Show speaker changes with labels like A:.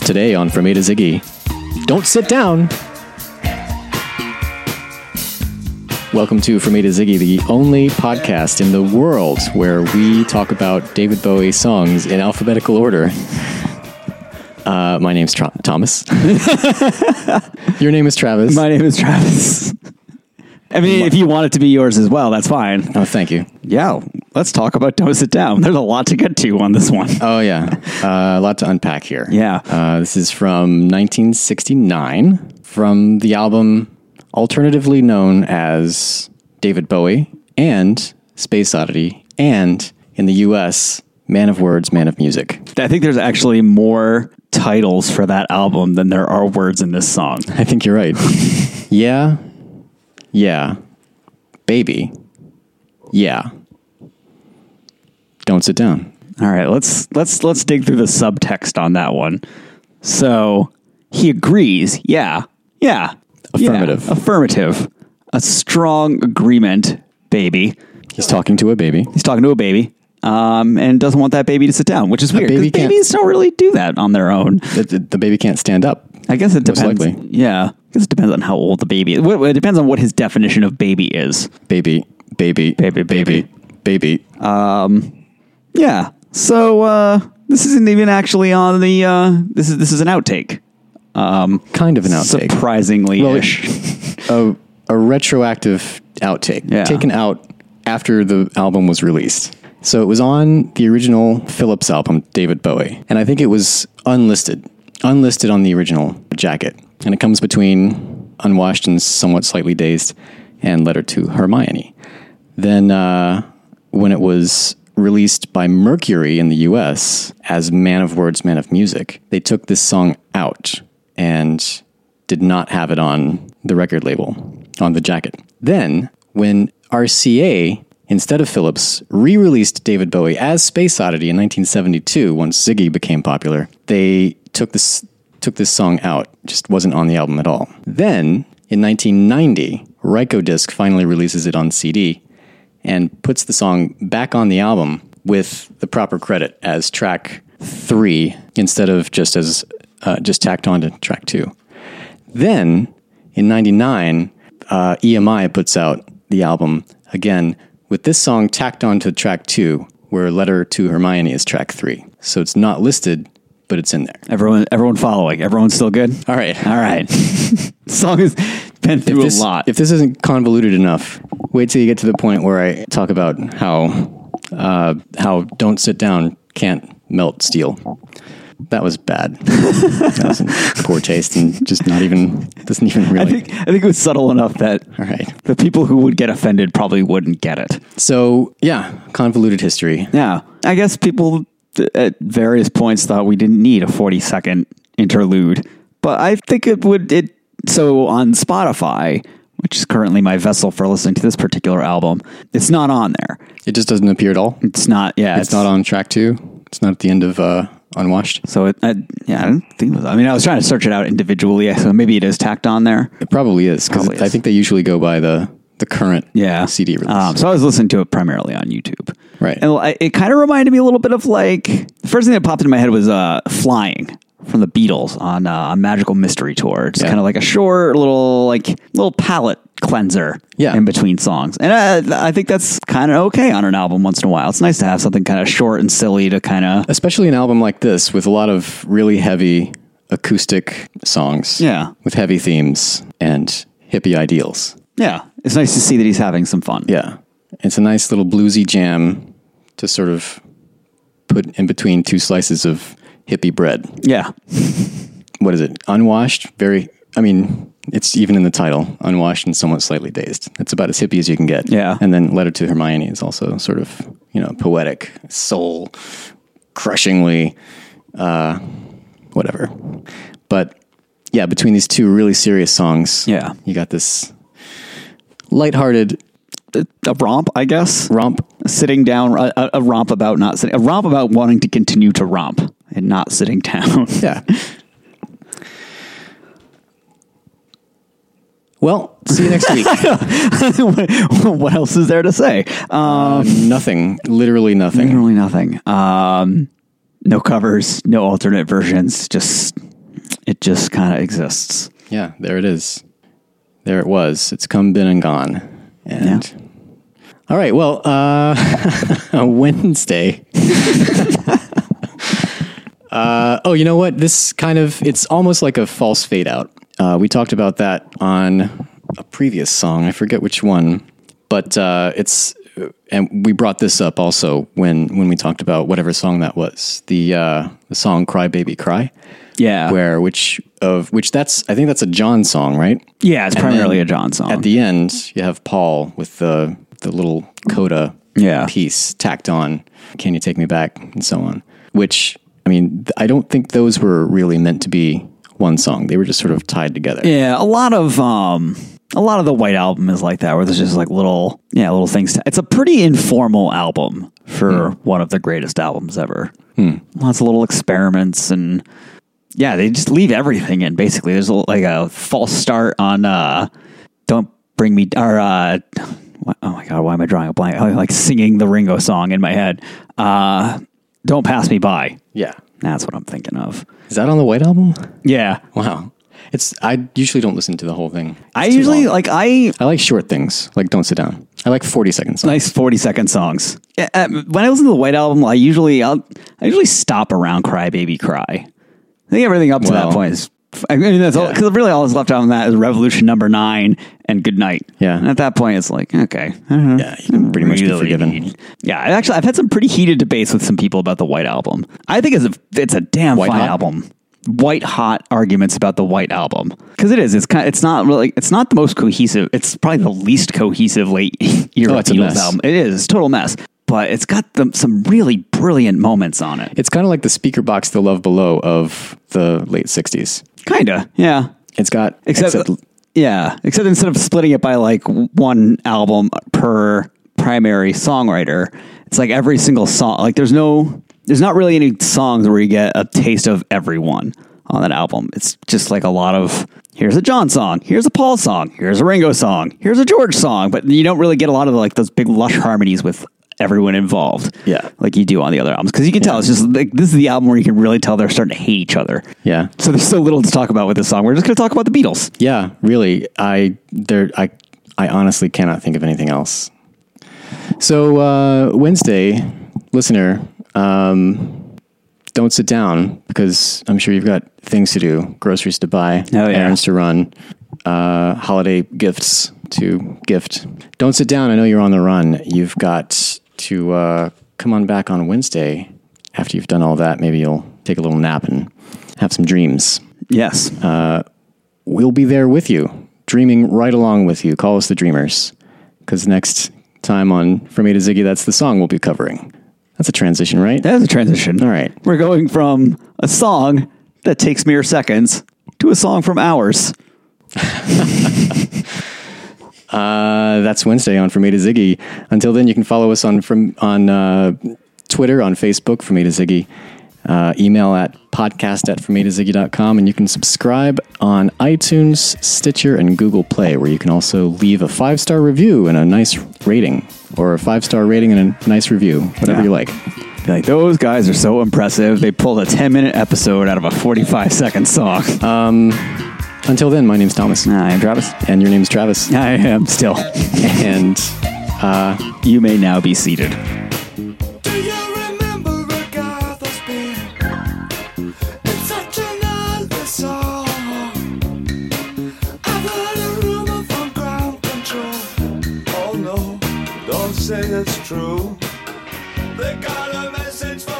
A: Today on From Me to Ziggy. Don't sit down. Welcome to From Me to Ziggy, the only podcast in the world where we talk about David Bowie songs in alphabetical order. Uh, my name's Tro- Thomas. Your name is Travis.
B: My name is Travis. I mean, if you want it to be yours as well, that's fine.
A: oh, thank you.
B: Yeah, let's talk about Don't Sit Down. There's a lot to get to on this one.
A: Oh yeah, uh, a lot to unpack here.
B: Yeah.
A: uh, this is from 1969 from the album, alternatively known as David Bowie and Space Oddity, and in the U.S. Man of Words, Man of Music.
B: I think there's actually more titles for that album than there are words in this song.
A: I think you're right. yeah, yeah, baby, yeah. Don't sit down.
B: All right, let's let's let's dig through the subtext on that one. So he agrees. Yeah, yeah. Yeah.
A: Affirmative.
B: affirmative. A strong agreement, baby.
A: He's talking to a baby.
B: He's talking to a baby. Um, and doesn't want that baby to sit down, which is weird.
A: baby
B: 'cause
A: can't-
B: babies don't really do that on their own.
A: The, the- the baby can't stand up.
B: I guess it depends.
A: likely.
B: Yeah, I guess it depends on how old the baby is. Well, It depends on what his definition of baby is.
A: Baby, baby,
B: Baby, baby.
A: baby.
B: Yeah. So uh, this isn't even actually on the. Uh, this is this is an outtake.
A: kind of an outtake.
B: Surprisingly
A: Well, it-
B: ish.
A: a, a retroactive outtake
B: Yeah.
A: taken out after the album was released. So it was on the original Phillips album, David Bowie, and I think it was unlisted, unlisted on the original jacket. And it comes between Unwashed and Somewhat Slightly Dazed and Letter to Hermione. Then, uh, when it was released by Mercury in the US as Man of Words, Man of Music, they took this song out and did not have it on the record label, on the jacket. Then, when RCA, instead of Phillips, re released David Bowie as Space Oddity in 1972, once Ziggy became popular, they took this, took this song out. It just wasn't on the album at all. Then, in 1990, Ryko Disc finally releases it on CD and puts the song back on the album with the proper credit as track three instead of just as uh, just tacked on to track two. Then in '99, uh, EMI puts out the album again with this song tacked on to track two, where "Letter to Hermione" is track three. So it's not listed, but it's in there.
B: everyone, everyone following. Everyone's still good.
A: All right.
B: All right. song has been through
A: this,
B: a lot.
A: If this isn't convoluted enough, wait till you get to the point where I talk about how uh, how don't sit down can't melt steel. That was bad. that was in poor taste and just not even doesn't even
B: I
A: really.
B: think I think it was subtle enough that
A: all right.
B: the people who would get offended probably wouldn't get it.
A: So yeah, convoluted history.
B: Yeah, I guess people th- at various points thought we didn't need a forty-second interlude, but I think it would. It so on Spotify, which is currently my vessel for listening to this particular album, it's not on there.
A: It just doesn't appear at all. It's,
B: It's not. Yeah, it's,
A: not on track two. It's not at the end of uh, unwashed.
B: So it, I, yeah, I don't think. It was, I mean, I was trying to search it out individually, so maybe it is tacked on there.
A: It probably is because
B: Probably
A: I
B: is.
A: think they usually go by the the current
B: yeah
A: CD release.
B: Um, so I was listening to it primarily on YouTube,
A: Right.
B: And I- it kind of reminded me a little bit of like the first thing that popped into my head was uh, "Flying" from the Beatles on uh, a Magical Mystery Tour. It's kind of like a short little like little palate cleanser
A: Yeah.
B: in between songs, and uh, I, I think that's kind of okay on an album once in a while. It's nice to have something kind of short and silly to kind of
A: especially an album like this with a lot of really heavy acoustic songs.
B: Yeah.
A: With heavy themes and hippie ideals.
B: yeah. It's nice to see that he's having some fun.
A: Yeah. It's a nice little bluesy jam to sort of put in between two slices of hippie bread.
B: yeah.
A: What is it? Unwashed, very I mean, it's even in the title, unwashed and somewhat slightly dazed. It's about as hippie as you can get.
B: Yeah.
A: And then Letter to Hermione is also sort of, you know, poetic, soul crushingly uh, whatever. But yeah, between these two really serious songs,
B: Yeah.
A: you got this lighthearted
B: A romp, I guess.
A: romp.
B: sitting down a- a, a romp about not sitting a romp about wanting to continue to romp and not sitting down
A: Yeah. Well, see you next week.
B: what else is there to say um,
A: nothing, literally nothing.
B: really nothing um, no covers no alternate versions just It just kind of exists.
A: Yeah, there it is. There it was. It's come, been, and gone. And all right. Well, uh, Wednesday. uh, oh, you know what? This kind of it's almost like a false fade out. Uh, we talked about that on a previous song. I forget which one, but uh, it's and we brought this up also when when we talked about whatever song that was. The uh, the song "Cry Baby Cry."
B: Yeah.
A: where which of which that's I think that's a John song, right?
B: yeah, it's
A: then
B: primarily a John song.
A: At the end, you have Paul with the the little coda
B: Yeah.
A: piece tacked on. Can you take me back and so on? Which I mean, th- I don't think those were really meant to be one song. They were just sort of tied together.
B: Yeah, a lot of um a lot of the white album is like that where there's just like little yeah, little things. To, it's a pretty informal album for
A: Hmm.
B: one of the greatest albums ever. Lots of little experiments and yeah, they just leave everything in basically. There's a, like a false start on uh don't bring me or uh wh- oh my god, why am I drawing a blank? I'm like singing the Ringo song in my head. Uh don't pass me by.
A: yeah.
B: That's what I'm thinking of.
A: Is that on the White album?
B: Yeah.
A: Wow. It's I usually don't listen to the whole thing.
B: I
A: It's too
B: usually
A: long.
B: like I
A: I like short things, like Don't Sit Down. I like 40 seconds.
B: nice 40 second songs. Yeah, uh, When I listen to the White Album, I usually I'll, I usually stop around Cry Baby Cry. I think everything up to
A: Well.
B: that point is. I mean, that's all because really all that's left on that is Revolution Number Nine and Good Night.
A: Yeah.
B: and at that point, it's like okay, uh-huh.
A: Yeah, you can pretty much be forgiven.
B: Yeah, I actually, I've had some pretty heated debates with some people about the White Album. I think it's a it's a damn fine
A: hot?
B: album. White hot arguments about the White Album because it is. It's kind. It's not really. It's not the most cohesive. It's probably the least cohesive late era
A: Oh, it's a
B: Beatles
A: mess.
B: album. It is it's a total mess, but it's got the, some really brilliant moments on it.
A: It's kind of like the speaker box The Love Below of the late 60s.
B: Kinda, yeah.
A: It's got
B: Except, yeah, except instead of splitting it by like one album per primary songwriter, it's like every single song. Like there's no, there's not really any songs where you get a taste of everyone on that album. It's just like a lot of here's a John song, here's a Paul song, here's a Ringo song, here's a George song, but you don't really get a lot of like those big lush harmonies with everyone involved.
A: Yeah.
B: like you do on the other albums because you can tell it's just like this is the album where you can really tell they're starting to hate each other.
A: yeah.
B: So there's so little to talk about with this song. We're just going to talk about the Beatles.
A: Yeah, really. I there I I honestly cannot think of anything else. So uh, Wednesday, listener, um, don't sit down because I'm sure you've got things to do, groceries to buy,
B: Oh, yeah.
A: errands to run, uh, holiday gifts to gift. Don't sit down. I know you're on the run. You've got to uh, come on back on Wednesday after you've done all that. Maybe you'll take a little nap and have some dreams
B: Yes. Uh,
A: we'll be there with you, dreaming right along with you. Call us the Dreamers, because next time on From A to Ziggy, that's the song we'll be covering. That's a transition, right?
B: that is a transition.
A: All right.
B: We're going from a song that takes mere seconds to a song from hours.
A: Uh, that's Wednesday on From A to Ziggy. Until then, you can follow us on from on uh, Twitter, on Facebook, From A to Ziggy. Uh, email at podcast at from A to Ziggy.com, and you can subscribe on iTunes, Stitcher, and Google Play, where you can also leave a five star review and a nice rating, or a five star rating and a nice review, whatever
B: Yeah.
A: you like.
B: Be like, those guys are so impressive. They pulled a 10 minute episode out of a 45 second song. Uh,
A: Until then, my name's Thomas.
B: I am Travis.
A: And your name's Travis.
B: I am still.
A: and
B: You may now be seated.
C: Do you remember a guy that's been in such another song? I've heard a rumor from ground control. Oh no, don't say it's true. They got a message from